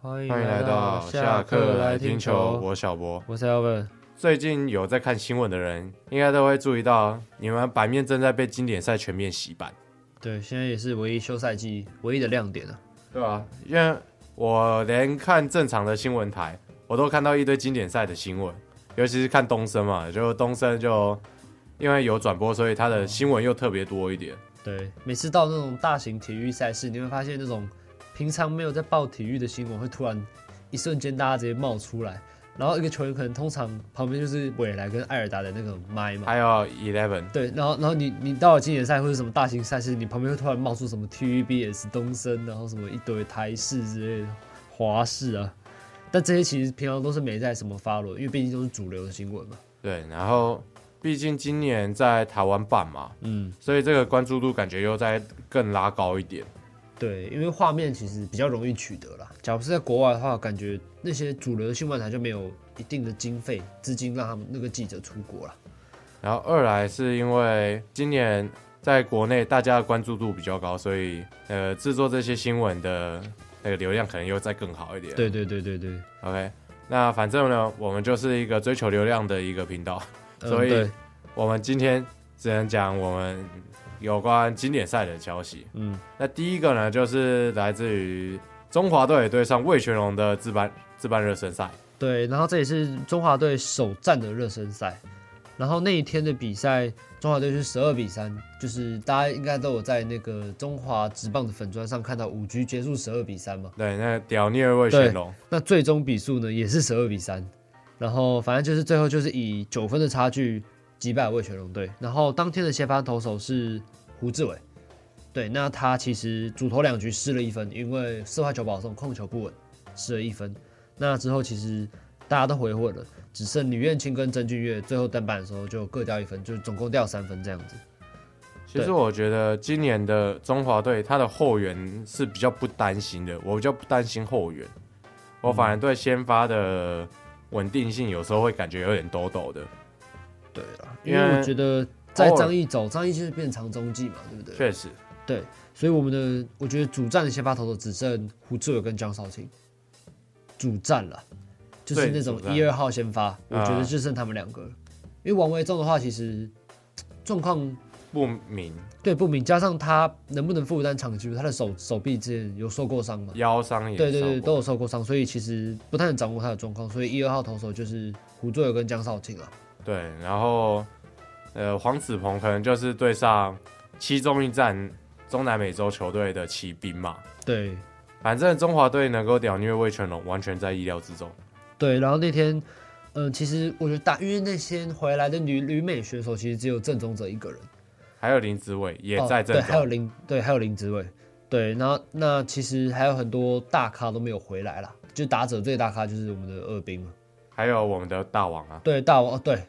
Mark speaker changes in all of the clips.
Speaker 1: 欢迎
Speaker 2: 欢迎来到下课来听球，我小博。
Speaker 1: 我是 Alvin。
Speaker 2: 最近有在看新闻的人，应该都会注意到，你们版面正在被经典赛全面洗版，
Speaker 1: 对，现在也是唯一休赛季唯一的亮点啊。
Speaker 2: 对吧、因为我连看正常的新闻台，我都看到一堆经典赛的新闻，尤其是看东升嘛，就东升就因为有转播，所以他的新闻又特别多一点。
Speaker 1: 对，每次到那种大型体育赛事，你会发现那种平常没有在报体育的新闻，会突然一瞬间大家直接冒出来。然后一个球员可能通常旁边就是韦莱跟艾尔达的那种麦嘛，
Speaker 2: 还有 Eleven，
Speaker 1: 对，然后然后你你到了经典赛或者什么大型赛事，你旁边会突然冒出什么 TVBS 东森，然后什么一堆台式之类的华视啊，但这些其实平常都是没在什么发落，因为毕竟都是主流的新闻嘛。
Speaker 2: 对，然后毕竟今年在台湾办嘛，
Speaker 1: 嗯，
Speaker 2: 所以这个关注度感觉又在更拉高一点。
Speaker 1: 对，因为画面其实比较容易取得啦。假如是在国外的话，感觉那些主流的新闻台就没有一定的经费资金让他们那个记者出国啦。
Speaker 2: 然后二来是因为今年在国内大家的关注度比较高，所以呃制作这些新闻的那个流量可能又再更好一点。
Speaker 1: 对对对对对，
Speaker 2: ，OK，那反正呢，我们就是一个追求流量的一个频道，
Speaker 1: 嗯
Speaker 2: 所以
Speaker 1: 对
Speaker 2: 我们今天只能讲我们有关经典赛的消息。
Speaker 1: 嗯，
Speaker 2: 那第一个呢，就是来自于中华队对上魏全龙的自办自办热身赛。
Speaker 1: 对，然后这也是中华队首战的热身赛。然后那一天的比赛，中华队是十二比三，就是大家应该都有在那个中华职棒的粉砖上看到五局结束十二比三嘛。
Speaker 2: 对，那个屌虐魏全龙，
Speaker 1: 那最终比数呢也是十二比三，然后反正就是最后就是以九分的差距击败魏全龙队。然后当天的先发投手是胡志伟，对，那他其实主投两局失了一分，因为四坏球保送控球不稳，失了一分。那之后其实大家都回混了，只剩吕彦青跟曾俊岳最后登板的时候就各掉一分，就是总共掉三分这样子。
Speaker 2: 其实我觉得今年的中华队，他的后援是比较不担心的，我比较不担心后援，我反而
Speaker 1: 嗯
Speaker 2: 对先发的稳定性有时候会感觉有点抖抖的。
Speaker 1: 对了，因
Speaker 2: 啊因
Speaker 1: 为
Speaker 2: 为
Speaker 1: 我觉得在
Speaker 2: 偶尔
Speaker 1: 张毅走，张毅就是变长中继嘛，对不对？
Speaker 2: 确实，
Speaker 1: 所以我们的我觉得主战的先发投手只剩胡志伟跟江少庆，主战了，就是
Speaker 2: 对
Speaker 1: 那种
Speaker 2: 主战啊
Speaker 1: 一二号先发，我觉得就剩他们两个了。因为王维忠的话，其实状况
Speaker 2: 不明
Speaker 1: 对不明，加上他能不能负担长期，他的手手臂之前有受过伤嘛？
Speaker 2: 腰伤也
Speaker 1: 对对对，
Speaker 2: 伤过
Speaker 1: 都有受过伤，所以其实不太能掌握他的状况。所以一二号投手就是胡志伟跟江少庆啊。
Speaker 2: 对，然后呃，黄子鹏可能就是对上七中一战中南美洲球队的骑兵嘛，
Speaker 1: 对，
Speaker 2: 反正中华队能够屌虐魏全龙，完全在意料之中。
Speaker 1: 对，然后那天，嗯、其实我觉得打，因为那天回来的女旅美选手其实只有郑宗哲一个人，
Speaker 2: 还有林子伟也
Speaker 1: 哦
Speaker 2: 在阵
Speaker 1: 对，
Speaker 2: 中，
Speaker 1: 还有林，对，还有林子伟，对，然后那其实还有很多大咖都没有回来啦，就打者最大咖就是我们的二兵嘛，
Speaker 2: 还有我们的大王啊，
Speaker 1: 对，大王，哦，对，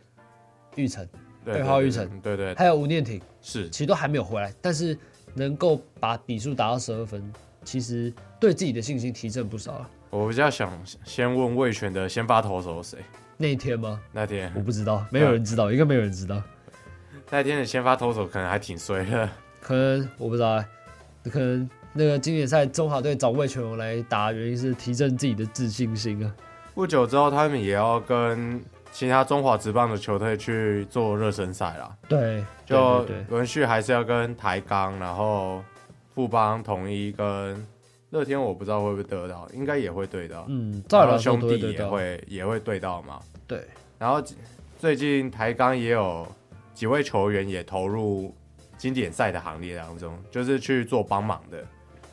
Speaker 1: 玉成，
Speaker 2: 对
Speaker 1: 二
Speaker 2: 对
Speaker 1: 号
Speaker 2: 对
Speaker 1: 玉成
Speaker 2: 对对
Speaker 1: 还有吴念挺，
Speaker 2: 是，
Speaker 1: 其实都还没有回来，但是能够把比数打到十二分，其实对自己的信心提振不少啊了。
Speaker 2: 我比较想先问魏权的先发投手是谁？
Speaker 1: 那一天吗？
Speaker 2: 那天
Speaker 1: 我不知道，没有人知道，应该没有人知道。
Speaker 2: 那天的先发投手可能还挺衰的，
Speaker 1: 可能我不知道、欸，可能那个经典赛中华队找魏全龙来打，原因是提振自己的自信心啊。
Speaker 2: 不久之后他们也要跟其他中华职棒的球队去做热身赛啦，
Speaker 1: 对，
Speaker 2: 就
Speaker 1: 对对对
Speaker 2: 轮序还是要跟台钢，然后富邦、统一跟乐天，我不知道会不会得到，应该也会对到，
Speaker 1: 嗯，照
Speaker 2: 然
Speaker 1: 理
Speaker 2: 后
Speaker 1: 来说
Speaker 2: 兄
Speaker 1: 都会
Speaker 2: 弟
Speaker 1: 对
Speaker 2: 也
Speaker 1: 到。
Speaker 2: 会也会对到嘛。
Speaker 1: 对，
Speaker 2: 然后最近台钢也有几位球员也投入经典赛的行列当中，就是去做帮忙的，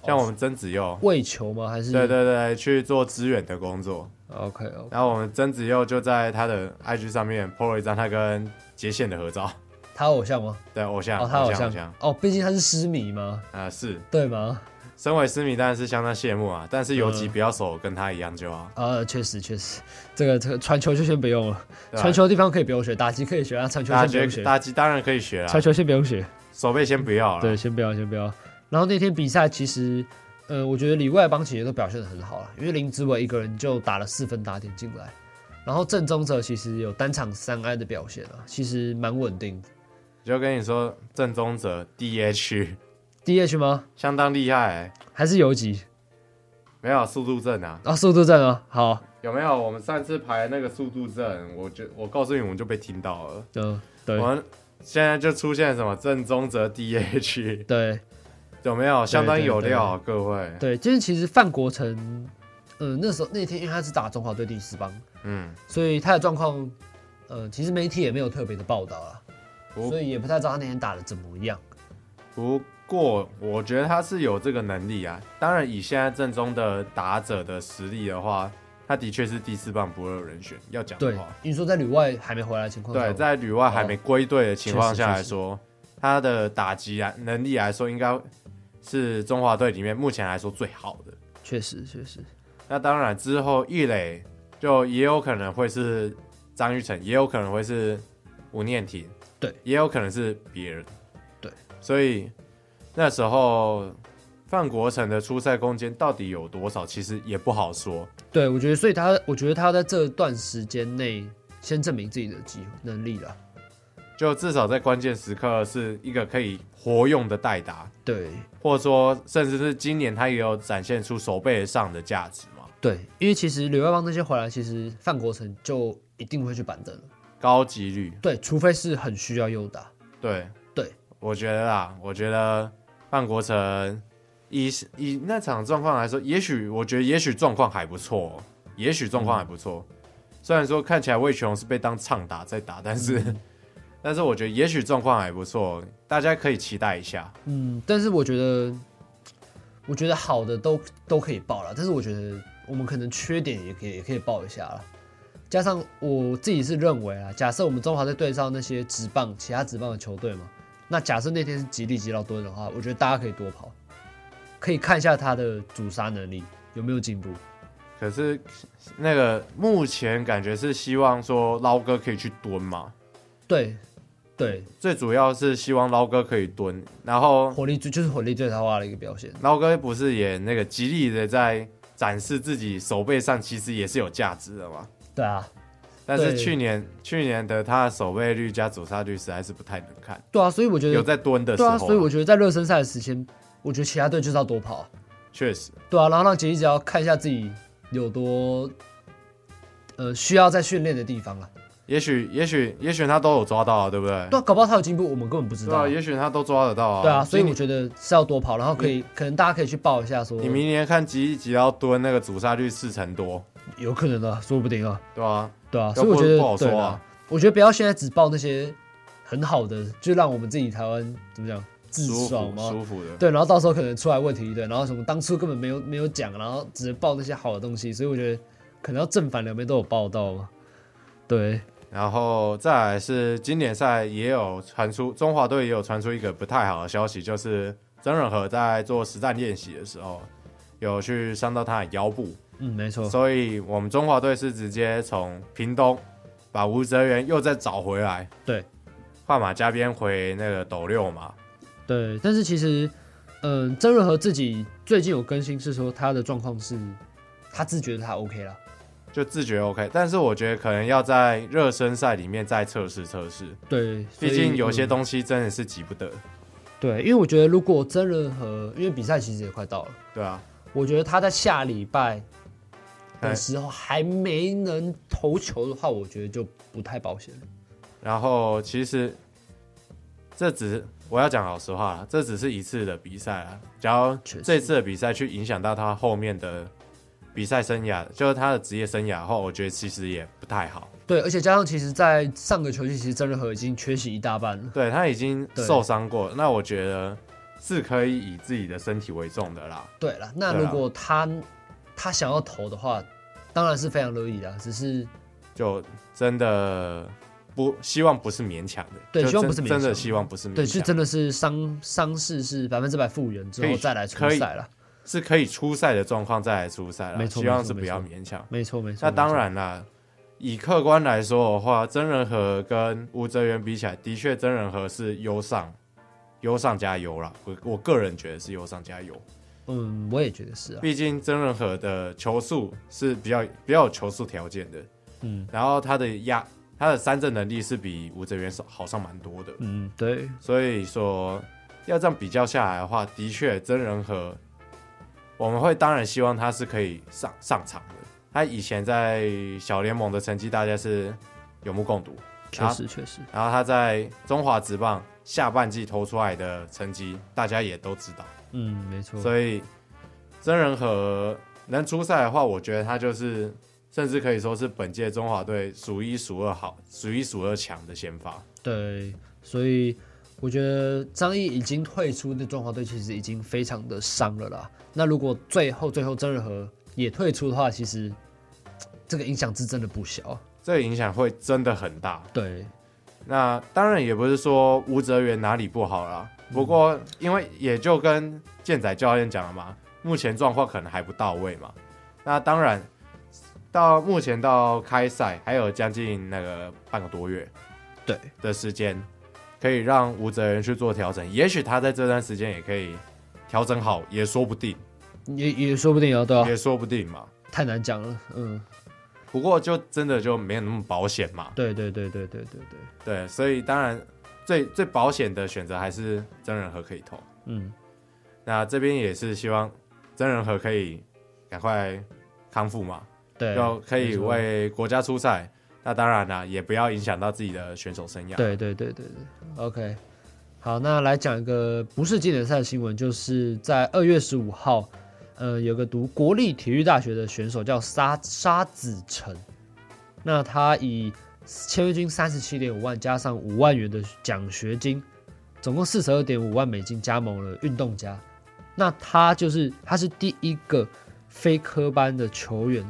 Speaker 2: 像我们曾子佑，
Speaker 1: 魏球吗？哦还是
Speaker 2: 对对对，去做支援的工作。
Speaker 1: ，OK 哦 OK，
Speaker 2: 然后我们曾子佑就在他的 IG 上面 po 了一张他跟杰宪的合照，
Speaker 1: 他偶像吗？
Speaker 2: 对偶像，
Speaker 1: 哦，他
Speaker 2: 偶像，
Speaker 1: 像
Speaker 2: 偶像，
Speaker 1: 哦，毕竟他是狮迷嘛，
Speaker 2: 啊、是。
Speaker 1: 对吗？
Speaker 2: 身为思迷当然是相当羡慕啊，但是游
Speaker 1: 嗯
Speaker 2: 击不要手跟他一样就好。
Speaker 1: 啊，确实确实，这个这个传球就先不用了，
Speaker 2: 对吧啊
Speaker 1: 传球的地方可以不用学，打击可以学，啊，传球先
Speaker 2: 打
Speaker 1: 不
Speaker 2: 击啊
Speaker 1: 用学，
Speaker 2: 打击当然可以学啦
Speaker 1: 传，球先不用学。
Speaker 2: 手背先不要
Speaker 1: 对，
Speaker 2: 了。
Speaker 1: 先不要，先不要。然后那天比赛其实，呃，我觉得里外帮其实都表现得很好了，因为林子伟一个人就打了四分打点进来，然后郑宗哲其实有单场三安的表现啊，其实蛮稳定的。
Speaker 2: 就跟你说，郑宗哲 DH
Speaker 1: DH 吗？
Speaker 2: 相当厉害、欸，
Speaker 1: 还是游击？
Speaker 2: 没有速度证啊，
Speaker 1: 啊，速度证啊，好，
Speaker 2: 有没有？我们上次排那个速度证，我就我告诉你，我们就被听到了。
Speaker 1: 嗯，对
Speaker 2: 我们现在就出现什么正宗则 DH，
Speaker 1: 对
Speaker 2: 有没有？相当
Speaker 1: 对
Speaker 2: 有料，啊各位。
Speaker 1: 对，就是其实范国成，呃，那时候那天因为他是打中华队第十棒，
Speaker 2: 嗯，
Speaker 1: 所以他的状况，呃，其实媒体也没有特别的报道啦，
Speaker 2: 我
Speaker 1: 所以也不太知道他那天打的怎么样。
Speaker 2: 不过我觉得他是有这个能力啊。当然，以现在正宗的打者的实力的话，他的确是第四棒不二人选。要讲的
Speaker 1: 对
Speaker 2: 话，，
Speaker 1: 你说在旅外还没哦回来的情况下，
Speaker 2: 对，在旅外还没归队的情况下
Speaker 1: 确
Speaker 2: 来
Speaker 1: 实
Speaker 2: 说，他的打击来能力来说，应该是中华队里面目前来说最好的。
Speaker 1: 确实确实，
Speaker 2: 那当然之后易磊就也有可能会是张玉成，也有可能会是吴念婷，
Speaker 1: 对，
Speaker 2: 也有可能是别人，
Speaker 1: 对。
Speaker 2: 所以那时候范国成的出赛空间到底有多少，其实也不好说。
Speaker 1: 对我觉得，所以他，我觉得他在这段时间内先证明自己的技能力了。
Speaker 2: 就至少在关键时刻是一个可以活用的代打，
Speaker 1: 对
Speaker 2: 或者说甚至是今年他也有展现出手背上的价值嘛。
Speaker 1: 对，因为其实旅外帮那些回来，其实范国成就一定会去板凳了。
Speaker 2: 高几率，
Speaker 1: 对，除非是很需要右打。
Speaker 2: 对
Speaker 1: 对，
Speaker 2: 我觉得啊，我觉得范国成以以那场状况来说，也许我觉得也许状况还不错哦，也许状况还不错。虽然说看起来魏琼是被当唱打在打，但是、 但是我觉得也许状况还不错，大家可以期待一下。
Speaker 1: 嗯，但是我觉得，我觉得好的都都可以报了，但是我觉得我们可能缺点也可以也可以报一下了。加上我自己是认为啊，假设我们中华队对上那些职棒其他职棒的球队嘛，那假设那天是吉利吉劳敦的话，我觉得大家可以多跑，可以看一下他的主杀能力有没有进步。
Speaker 2: 可是那个目前感觉是希望说捞哥可以去蹲嘛，
Speaker 1: 对，对，
Speaker 2: 最主要是希望捞哥可以蹲，然后
Speaker 1: 火力最就是火力最大化的一个表现。
Speaker 2: 捞哥不是也那个极力的在展示自己手背上其实也是有价值的嘛？
Speaker 1: 对啊，
Speaker 2: 但是
Speaker 1: 对
Speaker 2: 去年去年的他的手背率加主杀率实在是不太能看，
Speaker 1: 对啊，所以我觉
Speaker 2: 有
Speaker 1: 得，
Speaker 2: 在蹲的时
Speaker 1: 对
Speaker 2: 候、
Speaker 1: 啊，所以我觉得在热身赛的时间，我觉得其他队就是要多跑啊、
Speaker 2: 确实
Speaker 1: 对啊，然后让杰一只要看一下自己有多呃需要在训练的地方啊。
Speaker 2: 也许也许也许他都有抓到啊，对不对？
Speaker 1: 对啊，搞不好他有进步，我们根本不知
Speaker 2: 对
Speaker 1: 道
Speaker 2: 啊，
Speaker 1: 啊。
Speaker 2: 也许他都抓得到啊。
Speaker 1: 对啊，所以
Speaker 2: 你
Speaker 1: 我觉得是要多跑，然后可以可能大家可以去报一下说，
Speaker 2: 你明年看吉吉要蹲那个主杀率四成多，
Speaker 1: 有可能啊，说不定啊，
Speaker 2: 对啊？
Speaker 1: 对啊，
Speaker 2: 要
Speaker 1: 所以我
Speaker 2: 不
Speaker 1: 觉得
Speaker 2: 不好
Speaker 1: 对
Speaker 2: 说
Speaker 1: 啦
Speaker 2: 啊。
Speaker 1: 我觉得不要现在只报那些很好的，就让我们自己台湾怎么讲自
Speaker 2: 舒
Speaker 1: 爽
Speaker 2: 服
Speaker 1: 嘛。
Speaker 2: 舒服的。
Speaker 1: 对，然后到时候可能出来问题一堆，然后什么当初根本没有没有讲，然后只报那些好的东西，所以我觉得可能要正反两边都有报道嘛。对，
Speaker 2: 然后再来是经典赛也有传出，中华队也有传出一个不太好的消息，就是曾仁和在做实战练习的时候，有去伤到他的腰部，
Speaker 1: 嗯，没错。
Speaker 2: 所以我们中华队是直接从屏东把吴哲源又再找回来，
Speaker 1: 对，
Speaker 2: 换马加鞭回那个斗六嘛，
Speaker 1: 对，但是其实，嗯、曾润和自己最近有更新是说他的状况是，他自觉得他 OK 了。
Speaker 2: 就自觉 OK，但是我觉得可能要在热身赛里面再测试测试，
Speaker 1: 对，所
Speaker 2: 毕
Speaker 1: 以
Speaker 2: 竟有些
Speaker 1: 嗯
Speaker 2: 东西真的是急不得，
Speaker 1: 对，因为我觉得如果曾润和，因为比赛其实也快到了，
Speaker 2: 对啊，
Speaker 1: 我觉得他在下礼拜
Speaker 2: 哎
Speaker 1: 的时候还没能投球的话，我觉得就不太保险了。
Speaker 2: 然后其实这只我要讲老实话啦，这只是一次的比赛啊。假如
Speaker 1: 确实
Speaker 2: 这次的比赛去影响到他后面的比赛生涯，就是他的职业生涯后，我觉得其实也不太好。
Speaker 1: 对，而且加上其实，在上个球季，其实曾润和已经缺席一大半了。
Speaker 2: 对他已经
Speaker 1: 对
Speaker 2: 受伤过，那我觉得是可以以自己的身体为重的啦。
Speaker 1: 对了，那
Speaker 2: 对
Speaker 1: 如
Speaker 2: 啊
Speaker 1: 果他他想要投的话，当然是非常乐意的，只是
Speaker 2: 就真的不希望不是勉强的，
Speaker 1: 对
Speaker 2: 就
Speaker 1: 希望
Speaker 2: 真
Speaker 1: 不是勉
Speaker 2: 真的
Speaker 1: 强
Speaker 2: 希望不是勉强，
Speaker 1: 对，是真的是伤伤势是百分之百复原之
Speaker 2: 可
Speaker 1: 后
Speaker 2: 以
Speaker 1: 再来出
Speaker 2: 可以
Speaker 1: 赛了。
Speaker 2: 是可以出赛的状况再来出赛啦。
Speaker 1: 没错
Speaker 2: 希望
Speaker 1: 没错
Speaker 2: 是不
Speaker 1: 没
Speaker 2: 要
Speaker 1: 错
Speaker 2: 勉强。
Speaker 1: 没错没错。
Speaker 2: 那当
Speaker 1: 没
Speaker 2: 然啦，以客观来说的话，真人和跟吴哲源比起来，的确真人和是优上，优上加优啦。我我个人觉得是优上加优，
Speaker 1: 错，嗯，我也觉得是啊。
Speaker 2: 毕竟真人和的球速是比较比较有球速条件的，
Speaker 1: 嗯
Speaker 2: 然后他的压他的三振能力是比吴哲源少好上蛮多的，
Speaker 1: 嗯，对
Speaker 2: 所以说要这样比较下来的话，的确真人和我们会当然希望他是可以上上场的。他以前在小联盟的成绩大家是有目共睹，
Speaker 1: 确
Speaker 2: 啊
Speaker 1: 实确实，
Speaker 2: 然后他在中华职棒下半季投出来的成绩大家也都知道，
Speaker 1: 嗯，没错。
Speaker 2: 所以真人和能出赛的话，我觉得他就是甚至可以说是本届中华队数一数二好、数一数二强的先发。
Speaker 1: 对，所以我觉得张毅已经退出的中华队，其实已经非常的伤了啦。那如果最后最后真人和也退出的话，其实这个影响是真的不小。啊
Speaker 2: 这个影响会真的很大。
Speaker 1: 对，
Speaker 2: 那当然也不是说吴哲源哪里不好啦，
Speaker 1: 嗯
Speaker 2: 不过因为也就跟健仔教练讲了嘛，目前状况可能还不到位嘛。那当然，到目前到开赛还有将近那个半个多月
Speaker 1: 对，
Speaker 2: 的时间，可以让吴哲源去做调整。也许他在这段时间也可以调整好，也说不定，
Speaker 1: 也也说不定要对啊
Speaker 2: 也，说不定嘛。
Speaker 1: 太难讲了。嗯，
Speaker 2: 不过就真的就没有那么保险嘛。
Speaker 1: 对对对对对对对，
Speaker 2: 对，所以当然最最保险的选择还是真人和可以投。
Speaker 1: 嗯，
Speaker 2: 那这边也是希望真人和可以赶快康复嘛，
Speaker 1: 对，
Speaker 2: 要可以
Speaker 1: 没错
Speaker 2: 为国家出赛。那当然啦、也不要影响到自己的选手生涯。
Speaker 1: 对对对对对，OK。好，那来讲一个不是经典赛的新闻，就是在二月十五号，呃，有个读国立体育大学的选手叫沙沙子成，那他以签约金三十七点五万加上五万元的奖学金，总共四十二点五万美金加盟了运动家。那他就是他是第一个非科班的球员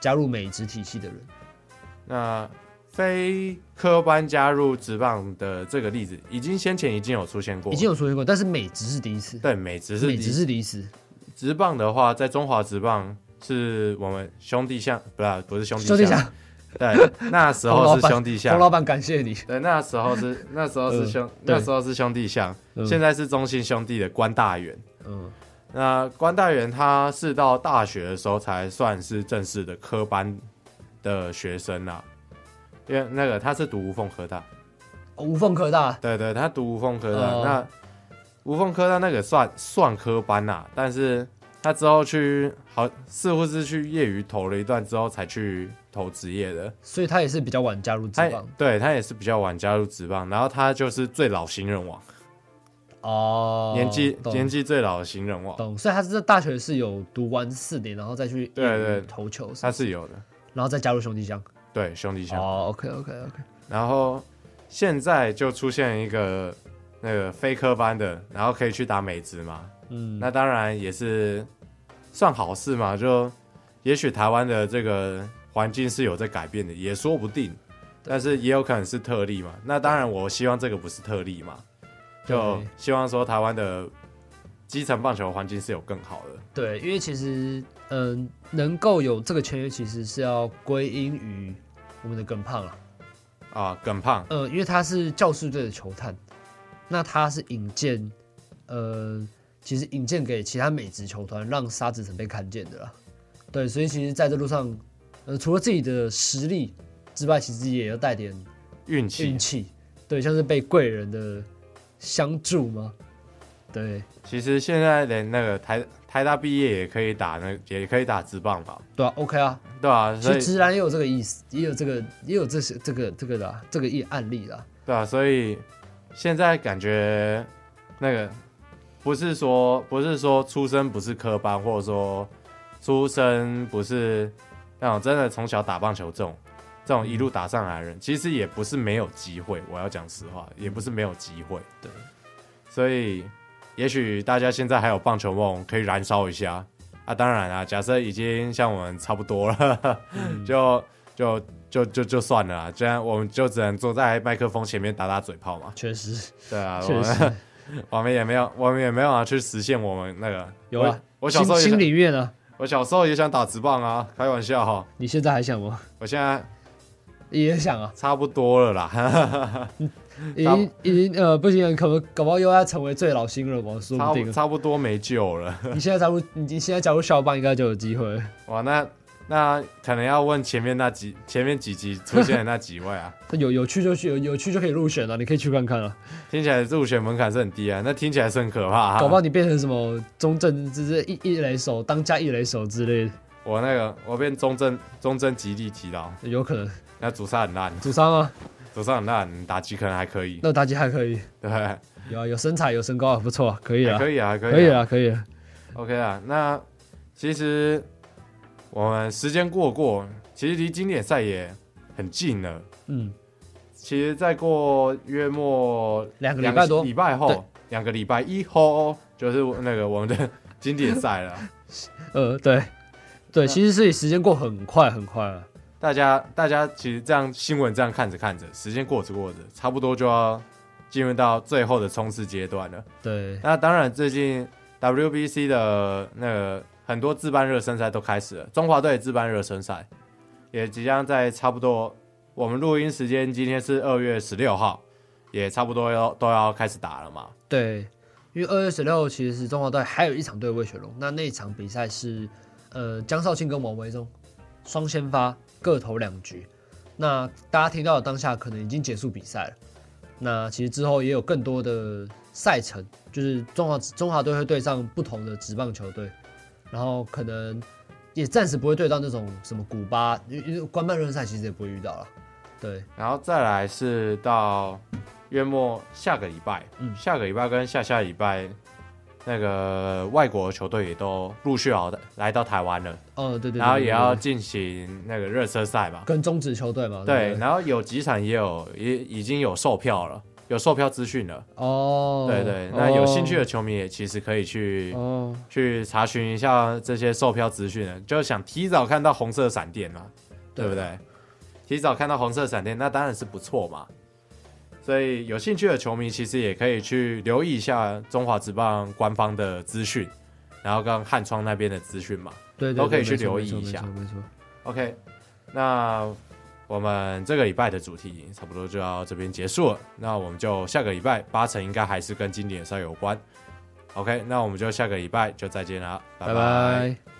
Speaker 1: 加入美职体系的人。
Speaker 2: 那非科班加入职棒的这个例子，已经先前已经有出现过，
Speaker 1: 已经有出现过，但是美职是第一次，
Speaker 2: 对美职是
Speaker 1: 美职是第一次，
Speaker 2: 职棒的话，在中华职棒是我们兄弟象，不是啊不是兄弟
Speaker 1: 兄弟象。
Speaker 2: 对，那时候是兄弟
Speaker 1: 洪
Speaker 2: 象，
Speaker 1: 老板，感谢你。
Speaker 2: 对，那时候是那时候是兄、
Speaker 1: 对
Speaker 2: 那时候是兄弟象，
Speaker 1: 嗯
Speaker 2: 现在是中信兄弟的关大元。
Speaker 1: 嗯，
Speaker 2: 那关大元他是到大学的时候才算是正式的科班的学生啊，因为那个他是读无缝科大，
Speaker 1: 无缝可大。
Speaker 2: 对对，他读无缝科大，
Speaker 1: 哦
Speaker 2: 那无缝科大那个算算科班呐、但是他之后去好似乎是去业余投了一段之后才去投职业的，
Speaker 1: 所以他也是比较晚加入职
Speaker 2: 他也
Speaker 1: 棒
Speaker 2: 对他也是比较晚加入职棒，然后他就是最老新人王，
Speaker 1: 哦，
Speaker 2: 年纪
Speaker 1: 懂
Speaker 2: 年纪最老的新人王，
Speaker 1: 懂，所以他是在大学是有读完四年，然后再去
Speaker 2: 对
Speaker 1: 业余
Speaker 2: 对
Speaker 1: 投球，是
Speaker 2: 他是啊有的，
Speaker 1: 然后再加入兄弟乡。
Speaker 2: 对兄弟相。
Speaker 1: 哦，OK OK OK，
Speaker 2: 然后现在就出现一个那个非科班的，然后可以去打美职嘛，
Speaker 1: 嗯，
Speaker 2: 那当然也是算好事嘛。就也许台湾的这个环境是有在改变的，也说不定，但是也有可能是特例嘛。那当然，我希望这个不是特例嘛，就
Speaker 1: 对
Speaker 2: 希望说台湾的基层棒球环境是有更好的。
Speaker 1: 对，因为其实嗯，能够有这个签约，其实是要归因于我们的耿胖了。
Speaker 2: 啊，耿胖，
Speaker 1: 呃，因为他是教士队的球探，那他是引荐，呃，其实引荐给其他美职球团，让沙子城被看见的啦。对，所以其实在这路上，呃，除了自己的实力之外，其实也要带点
Speaker 2: 运气啊
Speaker 1: 运，气，对，像是被贵人的相助吗？对，
Speaker 2: 其实现在连那个台台大毕业也可以打那也可以打职棒吧，
Speaker 1: 对啊，OK 啊，
Speaker 2: 对啊，
Speaker 1: 其
Speaker 2: 所以
Speaker 1: 实直男也有这个意思，也有这个，也有这些这个这个的啊、这个一案例啦。
Speaker 2: 对啊，所以现在感觉那个不是说不是说出生不是科班，或者说出生不是那种真的从小打棒球这种这种一路打上来的人，其实也不是没有机会。我要讲实话，也不是没有机会。
Speaker 1: 对，
Speaker 2: 所以也许大家现在还有棒球梦，可以燃烧一下啊！当然啊，假设已经像我们差不多了， 就就就就就算了啊，这样我们就只能坐在麦克风前面打打嘴炮嘛。
Speaker 1: 确实，
Speaker 2: 对啊，我
Speaker 1: 确
Speaker 2: 们
Speaker 1: 实
Speaker 2: 我们也没有，我们也没有啊，去实现我们那个
Speaker 1: 有啊
Speaker 2: 我我小
Speaker 1: 心
Speaker 2: 时候也
Speaker 1: 心
Speaker 2: 想，
Speaker 1: 里面呢，
Speaker 2: 我小时候也想打直棒啊，开玩笑哈、
Speaker 1: 你现在还想吗？
Speaker 2: 我现在
Speaker 1: 也想啊。
Speaker 2: 差不多了啦，
Speaker 1: 已
Speaker 2: 差不
Speaker 1: 经已经呃不行，可能搞不好又要成为最老新人我说
Speaker 2: 差
Speaker 1: 不
Speaker 2: 不
Speaker 1: 定。啊
Speaker 2: 差不多没救了。
Speaker 1: 你现在加入，你现在加入校棒应该就有机会。
Speaker 2: 哇，那那可能要问前面那几前面几集出现的那几位啊，
Speaker 1: 有有趣就去，有有趣就可以入选了、你可以去看看啊。
Speaker 2: 听起来入选门槛是很低啊，那听起来是很可怕、啊。
Speaker 1: 搞不好你变成什么中正之类一一垒手，当家一垒手之类的，
Speaker 2: 我那个我变中正中正极力提到，
Speaker 1: 有可能。
Speaker 2: 那主杀很烂，
Speaker 1: 主杀吗？
Speaker 2: 主杀很烂，打击可能还可以，
Speaker 1: 那打击还可以，
Speaker 2: 对，还
Speaker 1: 有啊，有身材有身高啊，不错啊，可以啊，
Speaker 2: 可以啊，还可以啊，
Speaker 1: 可以啊，可以啊。
Speaker 2: OK 啊，那其实我们时间过过，其实离经典赛也很近了。
Speaker 1: 嗯，
Speaker 2: 其实再过约莫
Speaker 1: 两个礼拜多
Speaker 2: 礼拜
Speaker 1: 对
Speaker 2: 后，两个礼拜以后就是那个我们的经典 赛了。
Speaker 1: 呃，对，对，
Speaker 2: 那
Speaker 1: 其实是时间过很快很快啊。
Speaker 2: 大家大家其实这样新闻这样看着看着，时间过着过着，差不多就要进入到最后的冲刺阶段了。
Speaker 1: 对，
Speaker 2: 那当然，最近 WBC 的那个很多自办热身赛都开始了，中华队自办热身赛也即将在差不多我们录音时间今天是二月十六号，也差不多要都要开始打了嘛。
Speaker 1: 对，因为二月十六其实是中华队还有一场对魏雪龙，那那一场比赛是呃江少庆跟王维忠双先发各投两局。那大家听到的当下可能已经结束比赛了，那其实之后也有更多的赛程，就是中华中华队会对上不同的职棒球队，然后可能也暂时不会对到那种什么古巴，因为因为官办热身赛其实也不会遇到了。对，
Speaker 2: 然后再来是到月末下个礼拜，
Speaker 1: 嗯
Speaker 2: 下个礼拜跟下下礼拜那个外国球队也都陆续好的来到台湾了，
Speaker 1: 哦、对对对，
Speaker 2: 然后
Speaker 1: 对
Speaker 2: 也
Speaker 1: 对
Speaker 2: 要
Speaker 1: 对
Speaker 2: 进行那个热身赛吧。
Speaker 1: 跟中职球队嘛，
Speaker 2: 对，
Speaker 1: 不
Speaker 2: 然后有几场也有也已经有售票了，有售票资讯了。
Speaker 1: 哦，
Speaker 2: 对对，那有兴趣
Speaker 1: 的
Speaker 2: 的球迷也其实可以去、
Speaker 1: 哦，
Speaker 2: 去查询一下这些售票资讯的，就想提早看到红色闪电嘛，对不？对？提早看到红色闪电，那当然是不错嘛。所以有兴趣的球迷其实也可以去留意一下中华职棒官方的资讯，然后跟汉窗那边的资讯嘛。
Speaker 1: 对，对
Speaker 2: 都可
Speaker 1: 对
Speaker 2: 以去
Speaker 1: 没错
Speaker 2: 留
Speaker 1: 没
Speaker 2: 意
Speaker 1: 错
Speaker 2: 一
Speaker 1: 没
Speaker 2: 下
Speaker 1: 错没错，
Speaker 2: OK，那我们这个礼拜的主题差不多就到这边结束了。那我们就下个礼拜八成应该还是跟经典赛有关。OK，那我们就下个礼拜就再见啦，拜
Speaker 1: 拜拜